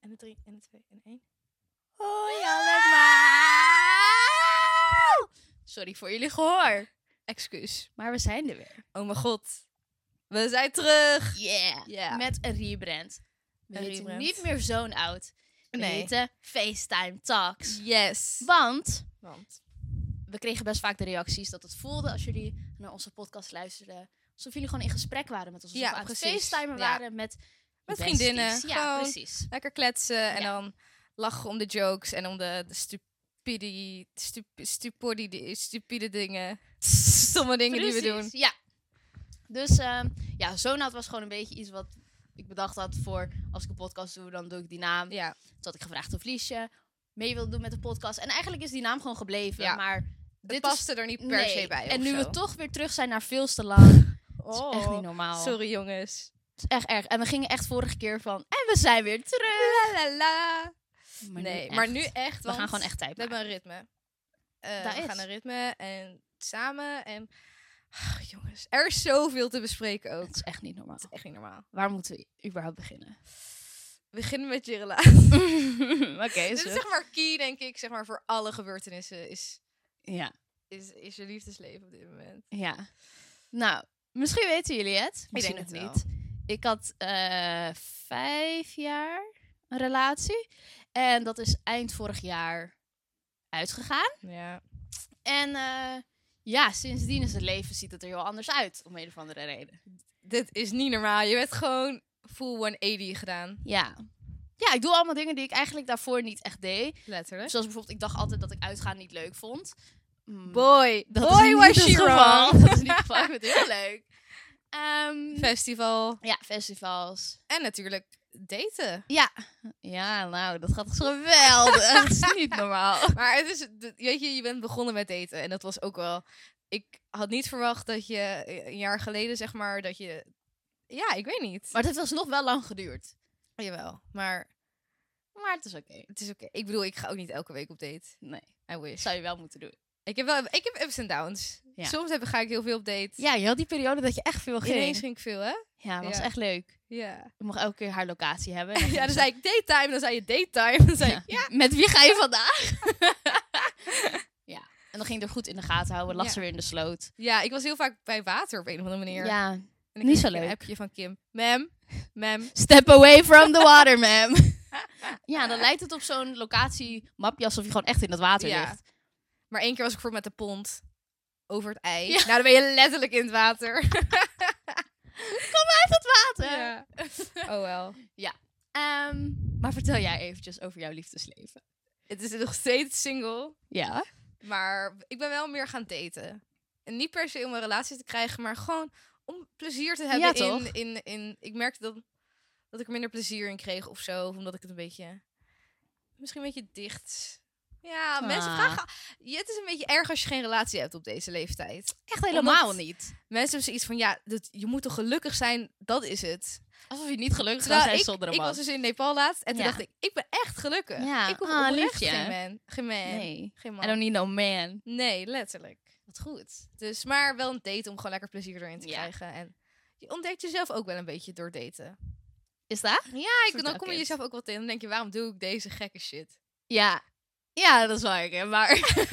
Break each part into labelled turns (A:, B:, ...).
A: En de drie, en de twee, en één. Hoi allemaal! Sorry voor jullie gehoor.
B: Excuus.
A: Maar we zijn er weer.
B: Oh mijn god. We zijn terug.
A: Yeah!
B: Ja.
A: Met een rebrand. We
B: Een
A: heten
B: rebrand.
A: niet meer zo'n oud. We
B: Nee.
A: heten FaceTime Talks.
B: Yes.
A: Want
B: Want.
A: we kregen best vaak de reacties dat het voelde als jullie naar onze podcast luisterden. Alsof jullie gewoon in gesprek waren met ons. Alsof
B: Ja,
A: we aan het
B: precies.
A: facetimen
B: Ja.
A: waren met...
B: Met
A: besties.
B: vriendinnen,
A: Ja,
B: gewoon.
A: precies.
B: Lekker kletsen en
A: Ja.
B: dan lachen om de jokes en om de, de stupidi, stup, stupidi, stupide dingen. Stomme dingen die we doen.
A: Precies, Ja. Dus ehm ja, Zonaat was gewoon een beetje iets wat ik bedacht had voor als ik een podcast doe, dan doe ik die naam.
B: Ja.
A: Toen had ik gevraagd of Liesje mee wilde doen met de podcast. En eigenlijk is die naam gewoon gebleven,
B: Ja.
A: maar
B: Dit
A: dit was
B: paste er niet per se bij.
A: En
B: of
A: nu
B: zo.
A: we toch weer terug zijn naar veel te lang.
B: Oh,
A: Het is echt niet normaal.
B: Sorry jongens.
A: Het is echt erg. En we gingen echt vorige keer van en we zijn weer terug.
B: La la la.
A: Maar
B: nee,
A: nu
B: maar
A: echt.
B: nu echt.
A: we gaan
B: want
A: gewoon echt tijd
B: We hebben
A: maken.
B: een ritme. Eh,
A: Dat
B: we
A: is.
B: gaan een ritme en samen en... Ah, jongens, er is zoveel te bespreken ook.
A: Het is echt niet normaal.
B: Echt niet normaal.
A: Waar moeten we überhaupt beginnen?
B: We beginnen met Jirela.
A: Oké,
B: Dit
A: zo.
B: is zeg maar key, denk ik, zeg maar voor alle gebeurtenissen is,
A: Ja.
B: is, is je liefdesleven op dit moment.
A: Ja. Nou, misschien weten jullie het. Misschien
B: denk
A: het
B: het
A: niet. Ik had eh, vijf jaar een relatie. En dat is eind vorig jaar uitgegaan.
B: Ja.
A: En eh, ja, sindsdien is het leven ziet het er heel anders uit. Om een of andere reden.
B: Dit is niet normaal. Je bent gewoon full 180 gedaan.
A: Ja. Ja, ik doe allemaal dingen die ik eigenlijk daarvoor niet echt deed.
B: Letterlijk.
A: Zoals bijvoorbeeld, ik dacht altijd dat ik uitgaan niet leuk vond. Mm,
B: Boy,
A: dat
B: boy
A: is niet
B: was
A: het
B: she
A: geval.
B: wrong.
A: Dat is niet het geval. Ik vind het heel leuk. Ehm,
B: Festival.
A: ja, festivals.
B: En natuurlijk daten.
A: Ja, nou, dat gaat geweldig. dat is niet normaal.
B: Maar het is, d- weet je, je bent begonnen met daten en dat was ook wel. Ik had niet verwacht dat je eh, een jaar geleden, zeg maar, dat je. Ja, ik weet niet.
A: Maar dat was nog wel lang geduurd.
B: jawel, maar
A: Maar het is oké.
B: het is oké. Ik bedoel, ik ga ook niet elke week op date.
A: Nee,
B: I wish.
A: dat zou je wel moeten doen.
B: Ik heb wel, ik heb ups en downs.
A: Ja.
B: Soms heb, ga ik heel veel op date.
A: Ja, je had die periode dat je echt veel
B: Ineens ging ik veel, hè?
A: Ja, dus was
B: Ja.
A: echt leuk.
B: Ja.
A: Ik mocht elke keer haar locatie hebben. En
B: Ja,
A: ging
B: dan
A: ze-
B: zei ik daytime, dan zei je daytime. Dan zei
A: Ja.
B: ik, ja.
A: Met wie ga je vandaag? ja. En dan ging ik er goed in de gaten houden. Lag
B: Ja.
A: ze weer in de sloot.
B: ja, ik was heel vaak bij water op een of andere manier.
A: Ja.
B: en
A: niet
B: kreeg
A: zo
B: ik
A: leuk.
B: Een appje van Kim. Mem, mem.
A: Step away from the water, ma'am. ja, dan lijkt het op zo'n locatiemapje alsof je gewoon echt in dat water
B: Ja.
A: ligt.
B: Maar één keer was ik voor met de pont over het ei.
A: Ja.
B: Nou, dan ben je letterlijk in het water.
A: Water.
B: Oh wel.
A: Ehm, maar vertel jij eventjes over jouw liefdesleven.
B: Het is nog steeds single.
A: Ja.
B: Maar ik ben wel meer gaan daten. En niet per se om een relatie te krijgen, maar gewoon om plezier te hebben
A: Ja,
B: in,
A: toch?
B: in, in... Ik merkte dat, dat ik er minder plezier in kreeg of zo. Of omdat ik het een beetje... Misschien een beetje dicht... Ja, mensen
A: Ah.
B: vragen... Ja, het is een beetje erg als je geen relatie hebt op deze leeftijd.
A: Echt helemaal
B: Omdat-
A: niet.
B: Mensen hebben zoiets van, ja, dat, je moet toch gelukkig zijn? Dat is het.
A: Alsof je niet gelukkig zou
B: Terwijl
A: zijn
B: ik,
A: zonder een
B: ik
A: man.
B: was dus in Nepal laatst en toen
A: Ja.
B: dacht ik, ik ben echt gelukkig.
A: Ja.
B: Ik hoef
A: Ah,
B: oprecht
A: liefje.
B: geen man. Geen man.
A: nee.
B: Geen man.
A: I don't need no man.
B: Nee, letterlijk.
A: Wat goed.
B: Dus, maar wel een date om gewoon lekker plezier erin te
A: Ja.
B: krijgen. En je ontdekt jezelf ook wel een beetje door daten.
A: Is dat?
B: Ja, ik,
A: Soort
B: dan kom je
A: elke
B: jezelf ook wel tegen. Dan denk je, waarom doe ik deze gekke shit?
A: Ja. Ja, dat is waar. hè, Maar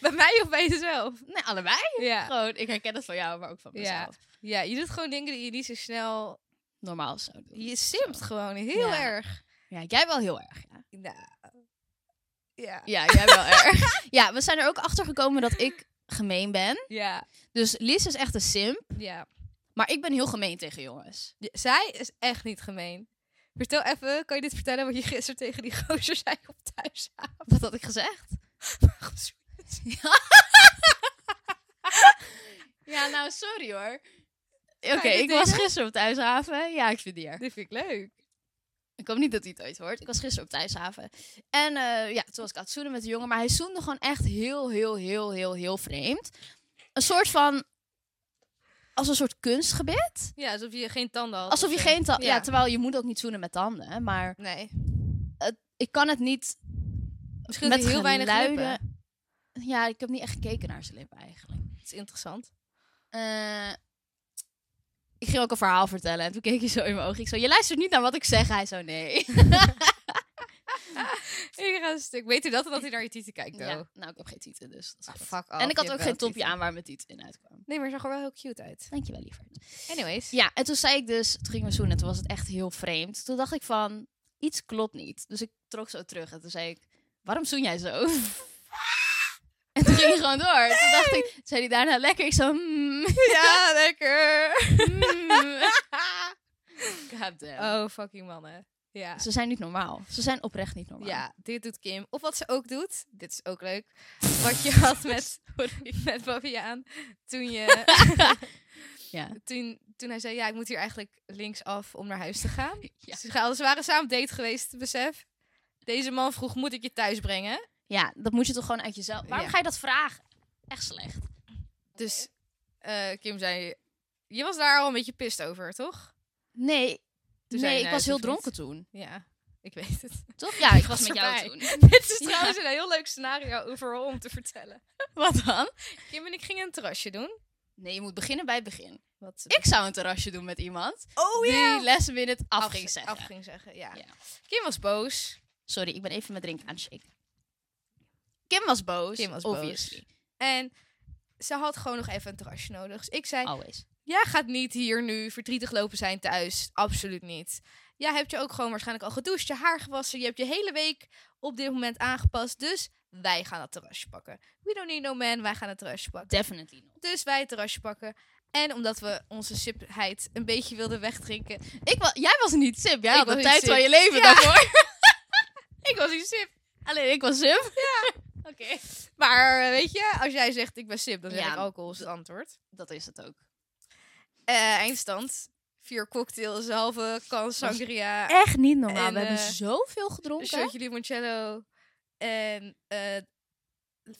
B: Bij mij of bij jezelf?
A: nee, allebei.
B: Ja.
A: Gewoon, ik herken het van jou, maar ook van
B: Ja.
A: mezelf.
B: ja, je doet gewoon dingen die je niet zo snel...
A: Normaal zou doen.
B: Je simpt gewoon heel
A: Ja.
B: erg.
A: Ja, jij wel heel erg. Ja,
B: Nou, ja.
A: ja jij wel erg. Ja, we zijn er ook achter gekomen dat ik gemeen ben.
B: Ja.
A: Dus Lies is echt een simp,
B: ja.
A: maar ik ben heel gemeen tegen jongens.
B: Ja, Zij is echt niet gemeen. Vertel even, kan je dit vertellen wat je gisteren tegen die gozer zei op thuis?
A: Wat had ik gezegd? Ja, nou, sorry hoor. Oké,
B: je dit
A: ik was
B: delen?
A: gisteren op Thuishaven. Ja, ik vind die erg.
B: Dit vind ik leuk.
A: Ik hoop niet dat hij het ooit hoort. Ik was gisteren op Thuishaven. En eh, ja, toen was ik aan het zoenen met de jongen. Maar hij zoende gewoon echt heel, heel, heel, heel, heel vreemd. Een soort van... Als een soort kunstgebit.
B: Ja, alsof je geen tanden had.
A: Alsof je
B: of zo.
A: geen tanden... Ja. terwijl je moet ook niet zoenen met tanden. hè, Maar
B: Nee.
A: ik kan het niet
B: Misschien
A: met
B: met heel weinig
A: geluiden-
B: lippen.
A: Ja, ik heb niet echt gekeken naar zijn lippen eigenlijk.
B: Dat is interessant.
A: Eh, ik ging ook een verhaal vertellen. En toen keek hij zo in mijn ogen. Ik zo, je luistert niet naar wat ik zeg. Hij zo, nee.
B: Ik ga een stuk. Weet u dat? Dat hij naar je tieten kijkt,
A: Ja,
B: though.
A: nou, ik heb geen tieten, dus dat is
B: Ah,
A: goed.
B: fuck off,
A: En ik had
B: je hebt
A: ook geen
B: wel
A: topje
B: tieten.
A: aan waar mijn tieten in uitkwam.
B: Nee, maar zag er wel heel cute uit.
A: Dankjewel, lieverd.
B: Anyways.
A: Ja, en toen zei ik dus, toen gingen we zoenen. Toen was het echt heel vreemd. Toen dacht ik van, iets klopt niet. Dus ik trok zo terug. En toen zei ik, waarom zoen jij zo? en toen ging hij gewoon door. Toen dacht ik, toen zei hij daarna lekker. Ik zo, mm,
B: Ja, lekker.
A: mm. God damn.
B: Oh, fucking mannen. Ja.
A: Ze zijn niet normaal. Ze zijn oprecht niet normaal.
B: Ja, dit doet Kim. Of wat ze ook doet, dit is ook leuk, wat je had met, met Baviaan toen je...
A: Ja.
B: Toen, toen hij zei, ja, ik moet hier eigenlijk linksaf om naar huis te gaan.
A: Ja.
B: Ze, gaan, ze waren samen op date geweest, besef. Deze man vroeg, moet ik je thuis brengen?
A: Ja, dat moet je toch gewoon uit jezelf. Waarom
B: Ja.
A: ga je dat vragen? Echt slecht.
B: Dus eh, Kim zei, je was daar al een beetje pist over, toch?
A: Nee.
B: Toen zei je,
A: nee,
B: nou,
A: ik was
B: het
A: heel
B: hoeft niet.
A: dronken toen.
B: Ja, ik weet het.
A: Toch? Ja, ik
B: was
A: was met jou
B: erbij.
A: toen.
B: Dit is
A: Ja.
B: trouwens een heel leuk scenario overal om te vertellen.
A: Wat dan?
B: Kim en ik gingen een terrasje doen.
A: Nee, je moet beginnen bij het begin.
B: Wat
A: Ik zou een terrasje doen met iemand
B: oh
A: die les binnen het af ging zeggen.
B: Af ging zeggen, ja.
A: Ja.
B: Kim was boos.
A: Sorry, ik ben even mijn drink aan het shaken. Kim was boos.
B: Kim was
A: obviously.
B: En ze had gewoon nog even een terrasje nodig. Dus ik zei,
A: Always.
B: jij gaat niet hier nu verdrietig lopen zijn thuis. Absoluut niet. Jij hebt je ook gewoon waarschijnlijk al gedoucht, je haar gewassen. Je hebt je hele week op dit moment aangepast. Dus wij gaan dat terrasje pakken. We don't need no man, wij gaan het terrasje pakken.
A: Definitely not.
B: Dus wij het terrasje pakken. En omdat we onze sipheid een beetje wilden wegdrinken.
A: Ik wa- jij was niet sip. Jij
B: Ik
A: had de
B: was
A: tijd
B: niet
A: van
B: sip.
A: je leven
B: Ja.
A: daarvoor.
B: Ik was een sip.
A: Alleen ik was sip.
B: Oké. Maar eh, weet je, als jij zegt ik ben sip, dan zeg
A: Ja.
B: ik alcohol is het antwoord.
A: Dat is het ook.
B: Eh, eindstand. Vier cocktails, halve kan sangria.
A: Echt niet normaal.
B: En,
A: We hebben
B: eh,
A: zoveel
B: Een
A: gedronken.
B: shotje limoncello. En eh,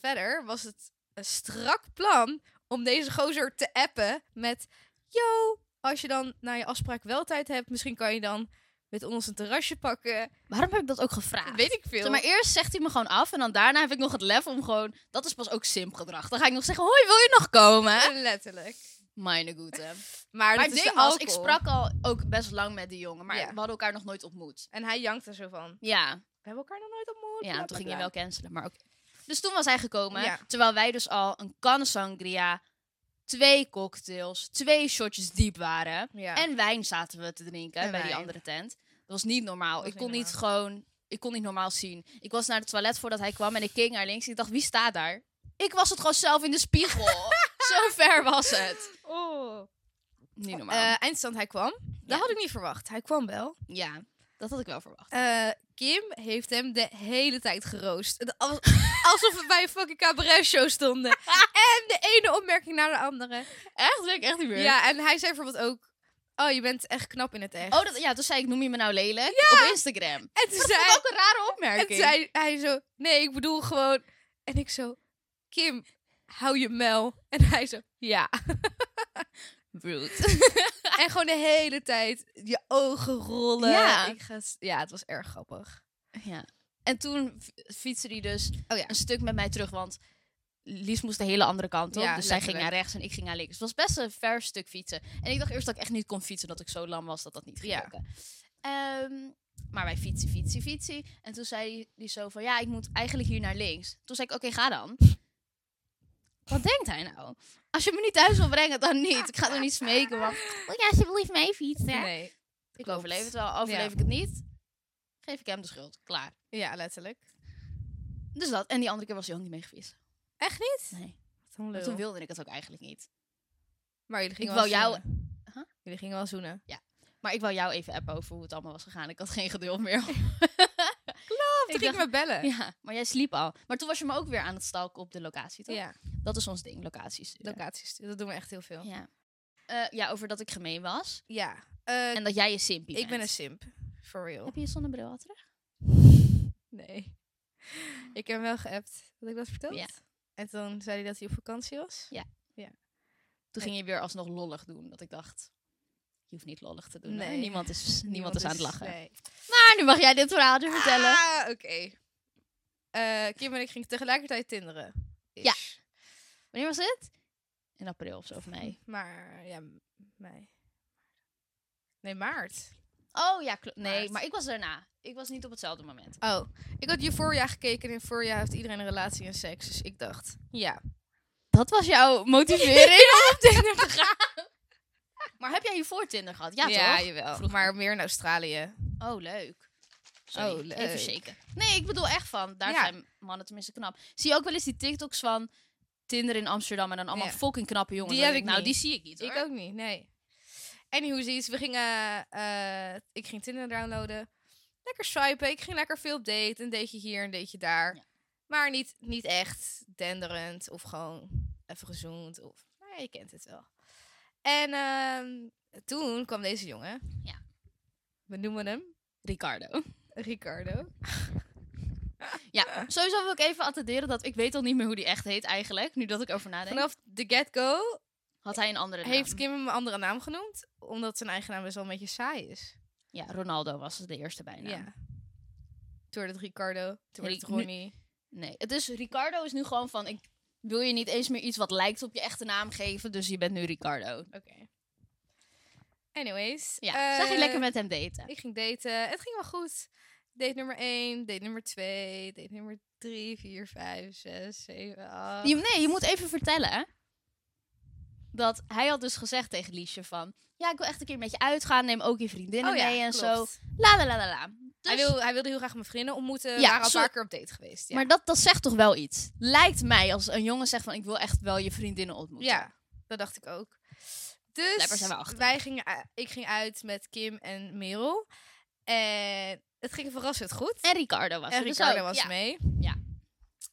B: verder was het een strak plan om deze gozer te appen met... Yo, als je dan na je afspraak wel tijd hebt, misschien kan je dan met ons een terrasje pakken.
A: Waarom heb ik dat ook gevraagd?
B: Dat weet ik veel.
A: Ah, Zeg maar eerst zegt hij me gewoon af en dan daarna heb ik nog het lef om gewoon... Dat is pas ook simp gedrag. Dan ga ik nog zeggen, hoi, wil je nog komen?
B: Letterlijk.
A: Meine goede.
B: Maar,
A: Maar
B: dat
A: het
B: is
A: ding
B: de
A: was, ik
B: alcohol.
A: sprak al ook best lang met die jongen, maar
B: Ja.
A: we hadden elkaar nog nooit ontmoet.
B: En hij jankte zo van,
A: Ja,
B: we hebben elkaar nog nooit ontmoet.
A: ja en toen ging je
B: blablabla.
A: wel cancelen, maar oké. Dus toen was hij gekomen,
B: Ja.
A: terwijl wij dus al een kan sangria, twee cocktails, twee shotjes diep waren.
B: Ja.
A: En wijn zaten we te drinken
B: En
A: bij die
B: wijn.
A: andere tent. Dat was niet normaal.
B: was
A: ik kon
B: niet
A: niet gewoon, ik kon niet normaal zien. Ik was naar het toilet voordat hij kwam en ik keek naar links en ik dacht, wie staat daar? Ik was het gewoon zelf in de spiegel. Zo ver was het.
B: Oh.
A: Niet normaal.
B: Eh, eindstand, hij kwam.
A: Ja.
B: Dat had ik niet verwacht. Hij kwam wel.
A: ja, dat had ik wel verwacht.
B: Eh, Kim heeft hem de hele tijd geroost. Het als- alsof we bij een fucking cabaret show stonden. en de ene opmerking naar de andere.
A: Echt? Ben ik echt niet meer?
B: Ja, en hij zei bijvoorbeeld ook... Oh, je bent echt knap in het echt.
A: Oh, dat, ja, toen zei ik, noem je me nou lelijk? Op Instagram.
B: en toen
A: Dat
B: zei,
A: vond ik ook een rare
B: en
A: opmerking.
B: toen zei hij zo... Nee, ik bedoel gewoon... En ik zo... Kim, hou je mel. En hij zo... Ja.
A: rude.
B: en gewoon de hele tijd je ogen rollen.
A: Ja.
B: Ik ga, s- ja, het was erg grappig.
A: ja. En toen f- fietste hij dus
B: Oh ja.
A: een stuk met mij terug, want Lies moest de hele andere kant op.
B: Ja,
A: dus zij ging
B: letterlijk.
A: naar rechts en ik ging naar links. Het was best een ver stuk fietsen. En ik dacht eerst dat ik echt niet kon fietsen, dat ik zo lam was dat dat niet ging
B: Ja.
A: lukken. Ehm, maar wij fietsen, fietsen, fietsen. En toen zei hij- hij zo van, ja, ik moet eigenlijk hier naar links. Toen zei ik, oké, ga dan. Wat denkt hij nou? Als je me niet thuis wil brengen, dan niet. Ik ga toch niet smeken, want... Wil je alsjeblieft mee fietsen?
B: Nee.
A: Ik
B: Klopt.
A: overleef het wel. Overleef
B: Ja.
A: ik het niet, geef ik hem de schuld. Klaar.
B: Ja, letterlijk.
A: Dus dat. En die andere keer was hij ook niet meegefietst.
B: Echt niet?
A: Nee.
B: Wat
A: Maar toen wilde ik het ook eigenlijk niet.
B: Maar jullie gingen
A: Ik wou
B: wel
A: jou-
B: zoenen.
A: Huh? Oh,
B: Jullie gingen wel zoenen.
A: Maar ik wil jou even appen over hoe het allemaal was gegaan. Ik had geen geduld meer.
B: Toen
A: dacht-
B: gingen we bellen.
A: ja, maar jij sliep al. Maar toen was je me ook weer aan het stalken op de locatie, toch?
B: Ja,
A: Dat is ons ding, locaties. sturen.
B: locaties. Dat doen we echt heel veel. Ja.
A: Ja. Eh, ja, over dat ik gemeen was.
B: eh,
A: En dat jij je simpie
B: ik ben een
A: bent.
B: simp. For real.
A: Heb je je zonnebril al terug?
B: Nee. Ik heb hem wel geappt. Had ik dat verteld?
A: Ja.
B: En toen zei hij dat hij op vakantie was.
A: Toen ging je weer alsnog lollig doen. Dat ik dacht, je hoeft niet lollig te doen.
B: Nee.
A: Nee. Niemand is, niemand is aan het lachen.
B: dus- Nee.
A: Maar nu mag jij dit verhaal weer vertellen.
B: Ah, oké. Eh, Kim en ik gingen tegelijkertijd tinderen.
A: Ja.
B: Ish.
A: Wanneer was dit? In april of zo, of mei.
B: Maar ja, m- mij. Nee, maart.
A: Oh ja, klopt. Nee,
B: Maart.
A: maar ik was daarna. Ik was niet op hetzelfde moment.
B: Oh, ik had Euphoria gekeken en in Euphoria heeft iedereen een relatie en seks. Dus ik dacht, ja.
A: Dat was jouw motivering om op Tinder te gaan. Maar heb jij hiervoor Tinder gehad? Ja, toch?
B: jawel.
A: Vroeger.
B: Maar meer in Australië.
A: Oh, leuk. Sorry,
B: Oh,
A: even
B: leuk.
A: shaken. Nee, ik bedoel echt van, daar
B: Ja.
A: zijn mannen tenminste knap. Zie je ook wel eens die TikToks van Tinder in Amsterdam en dan allemaal
B: Ja.
A: fucking knappe jongens?
B: Die
A: Dan
B: heb
A: denk
B: ik
A: Nou,
B: niet.
A: die zie ik niet hoor.
B: Ik ook niet, nee. Anywho, zoiets. We gingen... eh, ik ging Tinder downloaden. Lekker swipen. Ik ging lekker veel op date. Een dateje hier, een dateje daar.
A: Ja.
B: Maar niet, niet echt denderend of gewoon even gezoend. Of, nou, ja, je kent het wel. En ehm, toen kwam deze jongen.
A: Ja.
B: We noemen hem
A: Ricardo.
B: Ricardo.
A: Ja, sowieso wil ik even attenderen dat ik weet al niet meer hoe die echt heet eigenlijk. Nu dat ik over nadenk.
B: Vanaf de get-go
A: Had hij een andere naam?
B: heeft Kim hem een andere naam genoemd. Omdat zijn eigen naam best wel een beetje saai is.
A: Ja, Ronaldo was de eerste bijna.
B: Ja. Toen werd het Ricardo. Toen werd het
A: Ri- nu-
B: Ronnie.
A: Nee, het is, Ricardo is nu gewoon van, ik wil je niet eens meer iets wat lijkt op je echte naam geven, dus je bent nu Ricardo.
B: Oké. Anyways.
A: Ja,
B: eh,
A: zag je lekker met hem daten.
B: Ik ging daten. Het ging wel goed. Date nummer 1, date nummer 2, date nummer 3, 4, 5, 6, 7, 8.
A: Je- nee, je moet even vertellen, hè. Dat hij had dus gezegd tegen Liesje van... Ja, ik wil echt een keer met je uitgaan. Neem ook je vriendinnen mee en zo. La la la la la. Dus-
B: Oh Hij, wil, hij wilde heel graag mijn vrienden ontmoeten. We
A: Ja,
B: waren al een
A: zo-
B: paar keer op date geweest. Ja.
A: Maar dat, dat zegt toch wel iets? Lijkt mij als een jongen zegt van... Ik wil echt wel je vriendinnen ontmoeten.
B: Ja, dat dacht ik ook.
A: Blijkbaar zijn
B: Dus
A: we achter.
B: wij gingen, u- ik ging uit met Kim en Merel. En het ging verrassend goed.
A: En Ricardo was
B: en
A: er dus
B: Ricardo
A: ook.
B: was
A: ja.
B: mee.
A: Ja.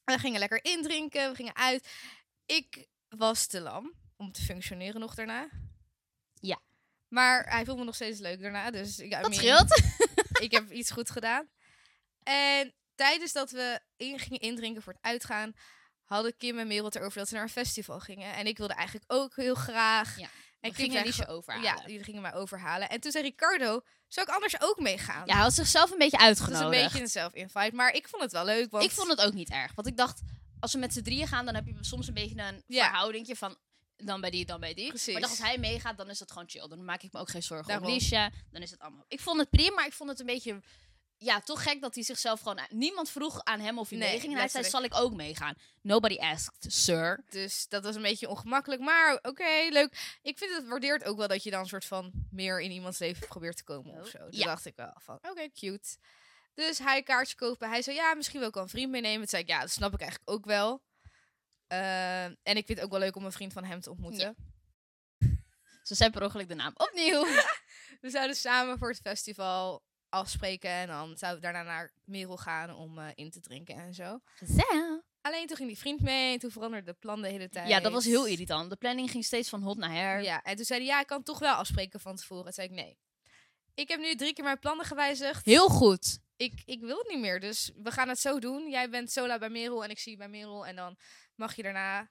B: En we gingen lekker indrinken, we gingen uit. Ik was te lam om te functioneren nog daarna.
A: Ja.
B: Maar hij vond me nog steeds leuk daarna, dus... ik I
A: Dat
B: mean,
A: scheelt.
B: ik heb iets goed gedaan. En tijdens dat we in gingen indrinken voor het uitgaan, hadden Kim en Merel het erover dat ze naar een festival gingen. En ik wilde eigenlijk ook heel graag.
A: Ja,
B: En
A: Ik ging er
B: zei
A: Liesje
B: gewoon-
A: over
B: Ja, die gingen mij overhalen. En toen zei Ricardo, zou ik anders ook meegaan?
A: hij had zichzelf een beetje
B: dat is een
A: uitgenodigd.
B: beetje een self-invite, maar ik vond het wel leuk. Want
A: Ik vond het ook niet erg. Want ik dacht, als we met z'n drieën gaan... Dan heb je soms een beetje een
B: Ja.
A: verhoudingje van... Dan bij die, dan bij die.
B: Precies.
A: Maar dan als hij meegaat, dan is dat gewoon chill. Dan maak ik me ook geen zorgen
B: Daarom.
A: om Liesje. Dan is het allemaal... Ik vond het prima, maar ik vond het een beetje... Ja, toch gek dat hij zichzelf gewoon... Niemand vroeg aan hem of hij
B: Nee,
A: meeging. En hij zei, zal
B: letterlijk.
A: ik ook meegaan? Nobody asked, sir.
B: Dus dat was een beetje ongemakkelijk, maar oké, leuk. Ik vind het waardeert ook wel dat je dan soort van meer in iemands leven probeert te komen
A: Oh,
B: of zo. Dat
A: ja.
B: dacht ik wel van, oké, cute. Dus hij kaartje kopen. Hij zei, ja, misschien wil ik wel een vriend meenemen. Toen zei ik, ja, dat snap ik eigenlijk ook wel. Ehm, en ik vind het ook wel leuk om een vriend van hem te ontmoeten.
A: Ja. Ze zei per ongeluk de naam Oh, opnieuw.
B: We zouden samen voor het festival afspreken en dan zouden we daarna naar Merel gaan om eh, in te drinken en zo.
A: Gezellig.
B: Alleen toen ging die vriend mee en toen veranderde de plan de hele tijd.
A: ja, dat was heel irritant. De planning ging steeds van hot naar her.
B: Ja, en toen zei hij, ja, ik kan toch wel afspreken van tevoren. Toen zei ik, nee. Ik heb nu drie keer mijn plannen gewijzigd.
A: Heel goed.
B: Ik, ik wil het niet meer, dus we gaan het zo doen. Jij bent Sola bij Merel en ik zie je bij Merel. En dan mag je daarna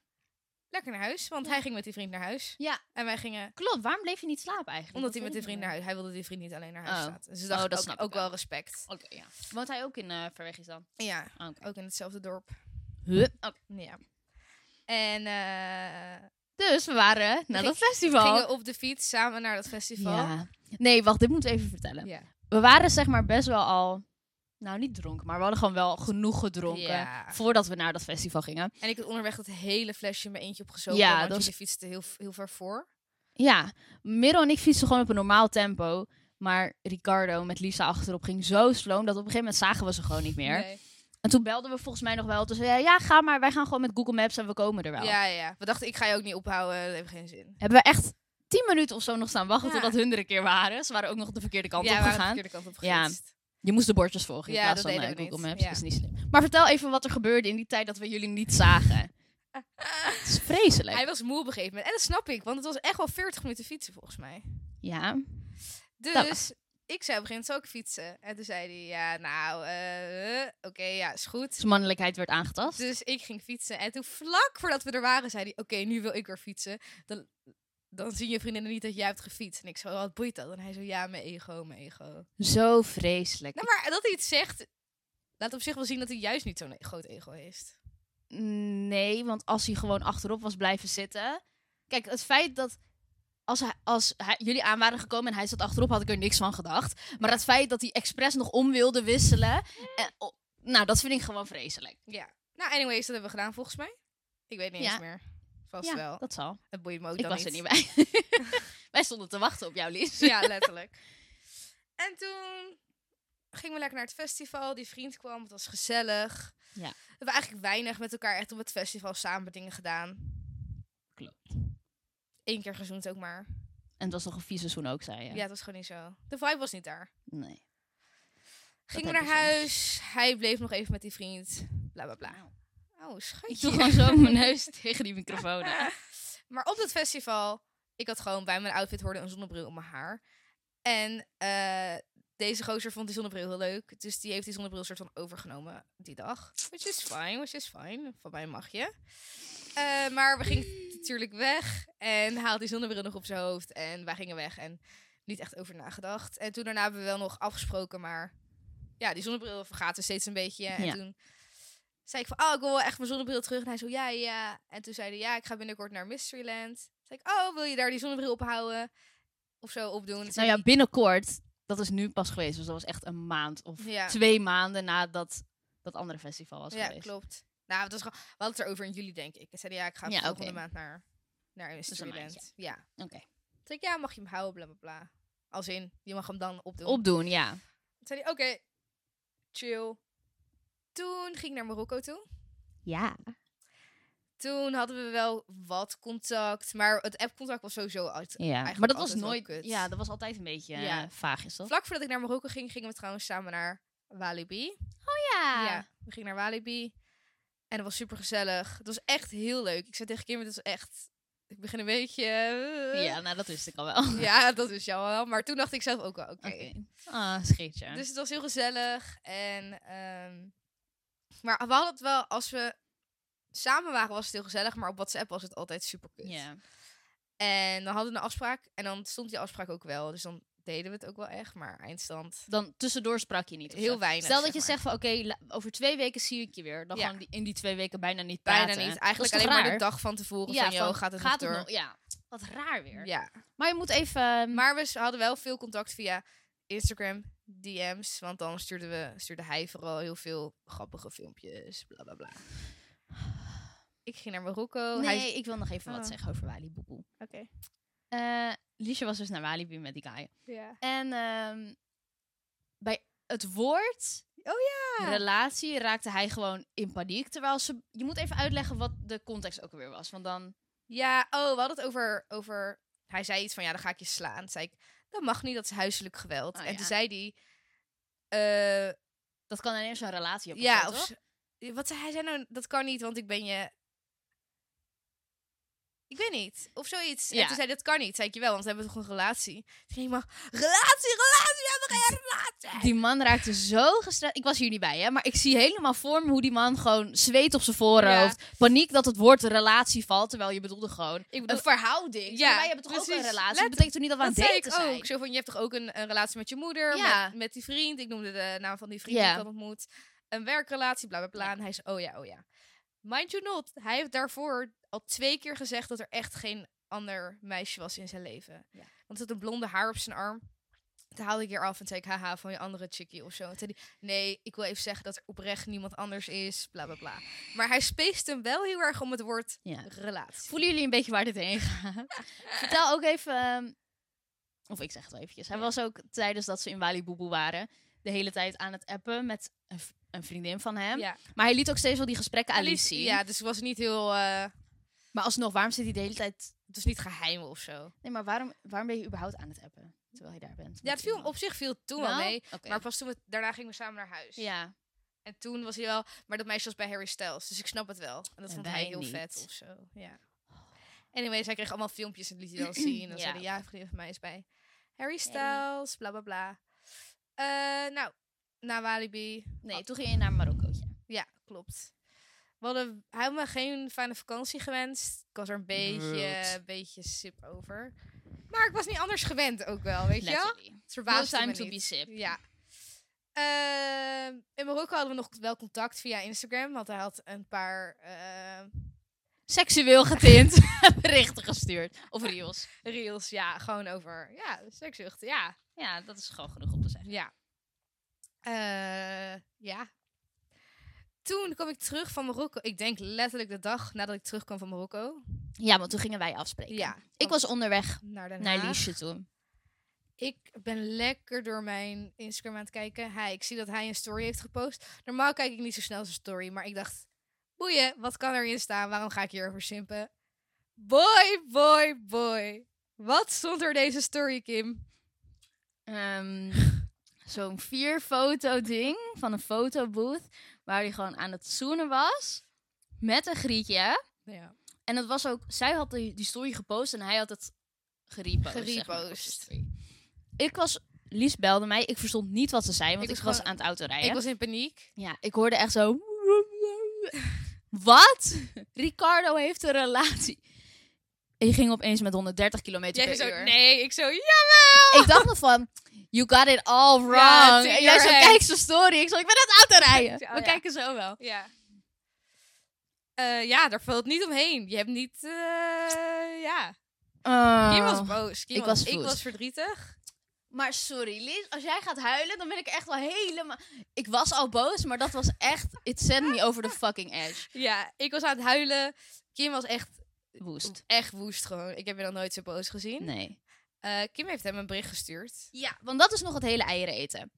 B: lekker naar huis. Want hij ging met die vriend naar huis.
A: Ja.
B: En wij gingen,
A: Klopt, waarom bleef je niet slapen eigenlijk?
B: omdat hij
A: Dat
B: met die
A: weet
B: vriend
A: ik
B: naar
A: niet
B: huis... Hij wilde die vriend niet alleen naar huis
A: Oh.
B: laten. Dus
A: Oh,
B: dacht ik
A: dat
B: ook,
A: snap ik
B: ook wel
A: wel.
B: respect.
A: meer. Oké, ja. Woont hij ook in eh Verwegis dan?
B: Ja,
A: Ah, Oké.
B: ook in hetzelfde dorp.
A: Huh? Oh. Oké.
B: Ja. En eh
A: Dus we waren naar dat festival.
B: gingen op de fiets samen naar dat festival.
A: Ja. Nee, wacht, dit moeten we even vertellen.
B: Ja.
A: We waren zeg maar best wel al, nou niet dronken, maar we hadden gewoon wel genoeg gedronken
B: Ja.
A: voordat we naar dat festival gingen.
B: En ik had onderweg dat hele flesje in mijn eentje opgezogen.
A: Ja,
B: want
A: dat was-
B: jullie fietsten heel, heel ver voor.
A: Ja, Merel en ik fietsten gewoon op een normaal tempo. Maar Ricardo met Lisa achterop ging zo sloom dat op een gegeven moment zagen we ze gewoon niet meer.
B: Nee.
A: En toen belden we volgens mij nog wel. Toen zei hij, ja ga maar, wij gaan gewoon met Google Maps en we komen er wel.
B: Ja, ja. We dachten, ik ga je ook niet ophouden. Dat heeft geen zin.
A: Hebben we echt tien minuten of zo nog staan wachten
B: Ja.
A: totdat hun er een keer waren. Ze waren ook nog de verkeerde kant
B: ja,
A: op
B: we waren de
A: gegaan.
B: verkeerde kant op
A: Ja.
B: gefietst.
A: Je moest de bordjes volgen in
B: Ja,
A: plaats
B: dat
A: van eh,
B: deden we
A: Google
B: niet.
A: Maps.
B: Ja.
A: Dat is niet slim. Maar vertel even wat er gebeurde in die tijd dat we jullie niet zagen. Het is vreselijk.
B: Hij was moe op een gegeven moment. En dat snap ik, want het was echt wel 40 minuten fietsen volgens mij.
A: Ja.
B: Dus
A: Dat-
B: ik zei op een gegeven moment, zal ik fietsen? En toen zei hij, ja, nou, eh, eh, oké, ja, is goed.
A: Zijn Dus mannelijkheid werd aangetast.
B: Dus ik ging fietsen. En toen vlak voordat we er waren, zei hij, oké, nu wil ik weer fietsen. Dan, dan zien je vriendinnen niet dat jij hebt gefietst. En ik zo, wat boeit dat? En hij zo, ja, mijn ego, mijn ego.
A: Zo vreselijk.
B: Nou, maar dat hij het zegt, laat op zich wel zien dat hij juist niet zo'n e- groot ego heeft.
A: Nee, want als hij gewoon achterop was blijven zitten. Kijk, het feit dat als, hij, als hij, jullie aan waren gekomen en hij zat achterop, had ik er niks van gedacht. Maar het feit dat hij expres nog om wilde wisselen. En, oh, nou, dat vind ik gewoon vreselijk.
B: Ja. Nou, anyways, dat hebben we gedaan volgens mij. Ik weet niet
A: Ja.
B: eens meer. Vast
A: ja,
B: wel.
A: dat zal.
B: Het boeit me ook
A: Ik
B: dan
A: was er niet bij. Wij stonden te wachten op jou, Lies.
B: Ja, letterlijk. en toen gingen we lekker naar het festival. Die vriend kwam, het was gezellig.
A: Ja.
B: We hebben eigenlijk weinig met elkaar echt op het festival samen dingen gedaan.
A: Klopt.
B: Eén keer gezoend ook maar.
A: En het was nog een vieze zoen ook, zei je.
B: Ja. het was gewoon niet zo. De vibe was niet daar.
A: Nee.
B: Gingen we
A: heb
B: naar
A: je soms.
B: huis. Hij bleef nog even met die vriend. Bla bla bla. Oh,
A: Ik doe
B: schatje.
A: gewoon zo mijn neus tegen die microfoon. aan.
B: Maar op dat festival, ik had gewoon bij mijn outfit hoorde een zonnebril op mijn haar. En eh, deze gozer vond die zonnebril heel leuk. Dus die heeft die zonnebril soort van overgenomen die dag. Which is fine, which is fine. Van mij mag je. Eh, maar we gingen natuurlijk weg. En hij had die zonnebril nog op zijn hoofd. En wij gingen weg en niet echt over nagedacht. En toen daarna hebben we wel nog afgesproken. Maar ja, die zonnebril vergaat dus steeds een beetje. En
A: Ja.
B: toen zei ik van, oh, ik wil wel echt mijn zonnebril terug. En hij zo, ja, ja. En toen zei hij, ja, ik ga binnenkort naar Mysteryland. Toen zei ik, oh, wil je daar die zonnebril ophouden? Of zo opdoen. Toen
A: Nou
B: zei
A: ja,
B: hij,
A: binnenkort, dat is nu pas geweest. Dus dat was echt een maand of
B: Ja.
A: twee maanden nadat dat andere festival was
B: ja,
A: geweest.
B: klopt. Nou, het was gewoon, we hadden het erover in juli, denk ik. En zei hij, ja, ik ga
A: Ja,
B: volgende
A: oké.
B: maand naar, naar Mysteryland.
A: maandje.
B: ja.
A: Oké.
B: Toen zei ik, ja, mag je hem houden, bla, bla, bla. Als in, je mag hem dan opdoen.
A: Opdoen, ja.
B: Toen zei hij, oké, chill. Toen ging ik naar Marokko toe.
A: Ja.
B: Toen hadden we wel wat contact, maar het app-contact was sowieso uit.
A: ja.
B: Eigenlijk
A: Maar dat was
B: altijd wel
A: nooit...
B: kut.
A: Ja, dat was altijd een beetje eh,
B: Ja.
A: vaag, is dat?
B: Vlak voordat ik naar Marokko ging, gingen we trouwens samen naar Walibi. Ja, Ah. we gingen naar Walibi. En dat was super gezellig. Het was echt heel leuk. Ik zei tegen Kim, het was echt... Ik begin een beetje... eh,
A: Ja, nou dat wist ik al wel. Oké.
B: Ja, dat is jou wel. Maar toen dacht ik zelf ook wel, oké.
A: Ah, scheetje.
B: Dus het was heel gezellig. En, ehm, maar we hadden het wel, als we samen waren, was het heel gezellig. Maar op WhatsApp was het altijd super kut.
A: ja.
B: En dan hadden we een afspraak. En dan stond die afspraak ook wel. Dus dan deden we het ook wel echt. Maar eindstand.
A: Dan tussendoor sprak je niet. of
B: Heel
A: zo.
B: weinig,
A: Stel
B: zeg
A: dat je
B: maar.
A: zegt van oké, la- over twee weken zie ik je weer. Dan
B: Ja.
A: gewoon die, in die twee weken bijna niet
B: Bijna
A: praten.
B: niet. Eigenlijk
A: Dat
B: alleen
A: is toch
B: maar de
A: raar?
B: dag van tevoren. van, joh,
A: van,
B: gaat het nog door?
A: nog? Ja, wat raar weer.
B: ja.
A: Maar je moet even...
B: Maar we s- hadden wel veel contact via Instagram. DM's, want dan stuurde, we, stuurde hij vooral heel veel grappige filmpjes, bla bla bla. Ik ging naar Marokko.
A: nee,
B: hij-
A: ik wil nog even
B: Oh.
A: wat zeggen over Wali Boeboe.
B: Oké.
A: Eh, Liesje was dus naar Walibi met die guy.
B: Ja.
A: En ehm, bij het woord
B: Oh ja.
A: relatie raakte hij gewoon in paniek. Terwijl ze... Je moet even uitleggen wat de context ook weer was. Want dan...
B: Ja, oh, we hadden het over, over... Hij zei iets van, ja, dan ga ik je slaan. Toen zei ik, dat mag niet, dat is huiselijk geweld.
A: Oh,
B: en
A: ja.
B: toen zei hij... eh,
A: Dat kan alleen zo'n relatie op.
B: ja,
A: zo,
B: of...
A: toch?
B: ze- Wat zei hij? zei nou, dat kan niet, want ik ben je... Ik weet niet. Of zoiets. En
A: Ja.
B: toen zei hij, dat kan niet. Zei ik, jawel, want we hebben toch een relatie. Toen ging ik maar, relatie, relatie, we hebben geen relatie.
A: Die man raakte zo gestrest. Ik was hier niet bij, hè? maar ik zie helemaal voor me hoe die man gewoon zweet op zijn voorhoofd. Paniek dat het woord relatie valt, terwijl je bedoelde gewoon
B: Ik bedoel,
A: een verhouding.
B: Ja,
A: Ja, wij hebben toch ook
B: precies.
A: een relatie?
B: Let-
A: dat betekent toch niet dat we aan
B: dat
A: het
B: zei ik
A: daten
B: ook.
A: zijn?
B: Zo van, je hebt toch ook een, een relatie met je moeder,
A: Ja.
B: met, met die vriend. Ik noemde de naam van die vriend
A: Ja.
B: die ik had ontmoet. Een werkrelatie, bla bla bla. En hij zei, oh ja, oh ja. Mind you not, hij heeft daarvoor al twee keer gezegd dat er echt geen ander meisje was in zijn leven.
A: Ja.
B: Want het een blonde haar op zijn arm. Toen haalde ik hier af en zei ik, haha, van je andere chickie of zo. En zei hij, nee, ik wil even zeggen dat er oprecht niemand anders is, bla bla bla. Maar hij speest hem wel heel erg om het woord
A: Ja.
B: relatie.
A: Voelen jullie een beetje waar dit heen gaat? Vertel ook even, ehm, of ik zeg het wel eventjes. Hij was ook tijdens dat ze in Wali Boeboe waren, de hele tijd aan het appen met een, v- een vriendin van hem.
B: Ja.
A: Maar hij liet ook steeds wel die gesprekken aan Lies zien.
B: Ja, dus het was niet heel... eh,
A: Maar alsnog, waarom zit hij de hele tijd...
B: Het is niet geheim of zo.
A: Nee, maar waarom, waarom ben je überhaupt aan het appen, terwijl je daar bent?
B: Ja, het viel op zich viel toen al
A: Wel?
B: mee.
A: Oké.
B: Maar pas toen we, daarna gingen we samen naar huis.
A: Ja,
B: En toen was hij wel... Maar dat meisje was bij Harry Styles. Dus ik snap het wel. En dat
A: En
B: vond hij
A: wij
B: heel
A: niet.
B: vet of zo. Ja. Anyways, hij kreeg allemaal filmpjes en liet hij wel zien. En dan
A: Ja.
B: zei hij, ja, een vriendin van mij is bij Harry Styles. Bla, bla, bla. Eh, nou, naar Walibi.
A: nee, toen ging je naar Marokko. Ja.
B: Ja, klopt. We hadden hij had me geen fijne vakantie gewenst. Ik was er een beetje,
A: Wild.
B: een beetje sip over. Maar ik was niet anders gewend ook wel, weet je wel?
A: Letterly.
B: Het verbaasde
A: No time
B: me
A: to
B: niet.
A: be sip.
B: Ja. Ehm, in Marokko hadden we nog wel contact via Instagram, want hij had een paar eh,
A: seksueel getint berichten gestuurd. Of reels.
B: Reels, ja, gewoon over ja, sekszucht. Ja,
A: Ja, dat is gewoon genoeg om te zeggen.
B: ja. Eh, ja. Toen kwam ik terug van Marokko. Ik denk letterlijk de dag nadat ik terugkwam van Marokko.
A: Ja, want toen gingen wij afspreken.
B: Ja.
A: Ik was onderweg
B: naar Den
A: naar
B: Haag.
A: Liesje toen.
B: Ik ben lekker door mijn Instagram aan het kijken. Hij, ik zie dat hij een story heeft gepost. Normaal kijk ik niet zo snel zijn story, maar ik dacht... Boeien, wat kan erin staan? Waarom ga ik hierover simpen? Boy, boy, boy. Wat stond er deze story, Kim?
A: Ehm, Zo'n vier foto ding van een fotobooth. Waar hij gewoon aan het zoenen was. Met een grietje.
B: Nou Ja.
A: En dat was ook... Zij had die, die story gepost en hij had het gerepost. zeg maar, op zijn
B: Gerepost.
A: story. ik was... Lies belde mij. Ik verstond niet wat ze zei, want
B: Ik
A: ik was,
B: was gewoon-
A: aan het autorijden.
B: Ik was in paniek.
A: Ja, ik hoorde echt zo. Wat? Ricardo heeft een relatie. En je ging opeens met 130 kilometer
B: Jij
A: per
B: zei zo,
A: uur.
B: nee. Ik zo, ja.
A: Ik dacht nog van, you got it all wrong.
B: Ja, to
A: en jij
B: your
A: zo,
B: head.
A: kijk zijn story. Ik zo, ik ben aan het autorijden.
B: Oh,
A: We
B: ja.
A: kijken zo wel.
B: Ja. Eh, ja, daar valt niet omheen. Je hebt niet... eh, ja.
A: Oh.
B: Kim was boos. Kim
A: ik
B: was,
A: was
B: ik
A: boos.
B: was verdrietig.
A: Maar sorry, Liz, als jij gaat huilen, dan ben ik echt wel helemaal... Ik was al boos, maar dat was echt... It sent me over the fucking edge.
B: Ja, ik was aan het huilen. Kim was echt
A: Woest.
B: Echt woest gewoon. Ik heb je nog nooit zo boos gezien.
A: Nee.
B: Eh, Kim heeft hem een bericht gestuurd.
A: Ja, want dat is nog het hele eieren eten.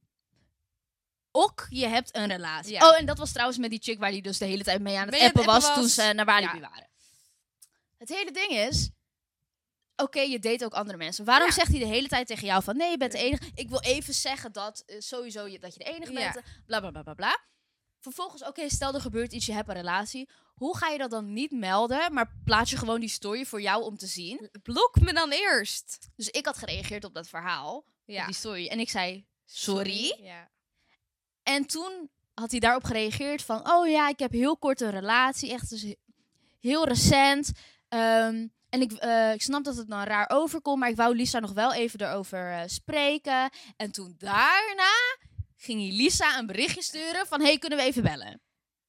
A: Ook je hebt een relatie.
B: Ja.
A: Oh, en dat was trouwens met die chick waar die dus de hele tijd mee aan het
B: Mee aan het
A: appen was,
B: appen
A: toen
B: was.
A: ze naar Walibi
B: Ja.
A: waren. Het hele ding is, oké, je date ook andere mensen. Waarom
B: Ja.
A: zegt hij de hele tijd tegen jou van, nee, je bent de enige. Ik wil even zeggen dat eh, sowieso je, dat je de enige
B: Ja.
A: bent. eh, Bla, bla, bla, bla, bla. Vervolgens, oké, stel er gebeurt iets, je hebt een relatie. Hoe ga je dat dan niet melden, maar plaats je gewoon die story voor jou om te zien?
B: Blok me dan eerst.
A: Dus ik had gereageerd op dat verhaal, op
B: Ja.
A: die story. En ik zei, sorry?
B: Ja.
A: En toen had hij daarop gereageerd van... Oh ja, ik heb heel kort een relatie. Echt dus he- heel recent. Ehm, en ik, eh, ik snap dat het dan raar overkomt. Maar ik wou Lisa nog wel even erover eh, spreken. En toen daarna ging hij Lisa een berichtje sturen van... Hey, kunnen we even bellen?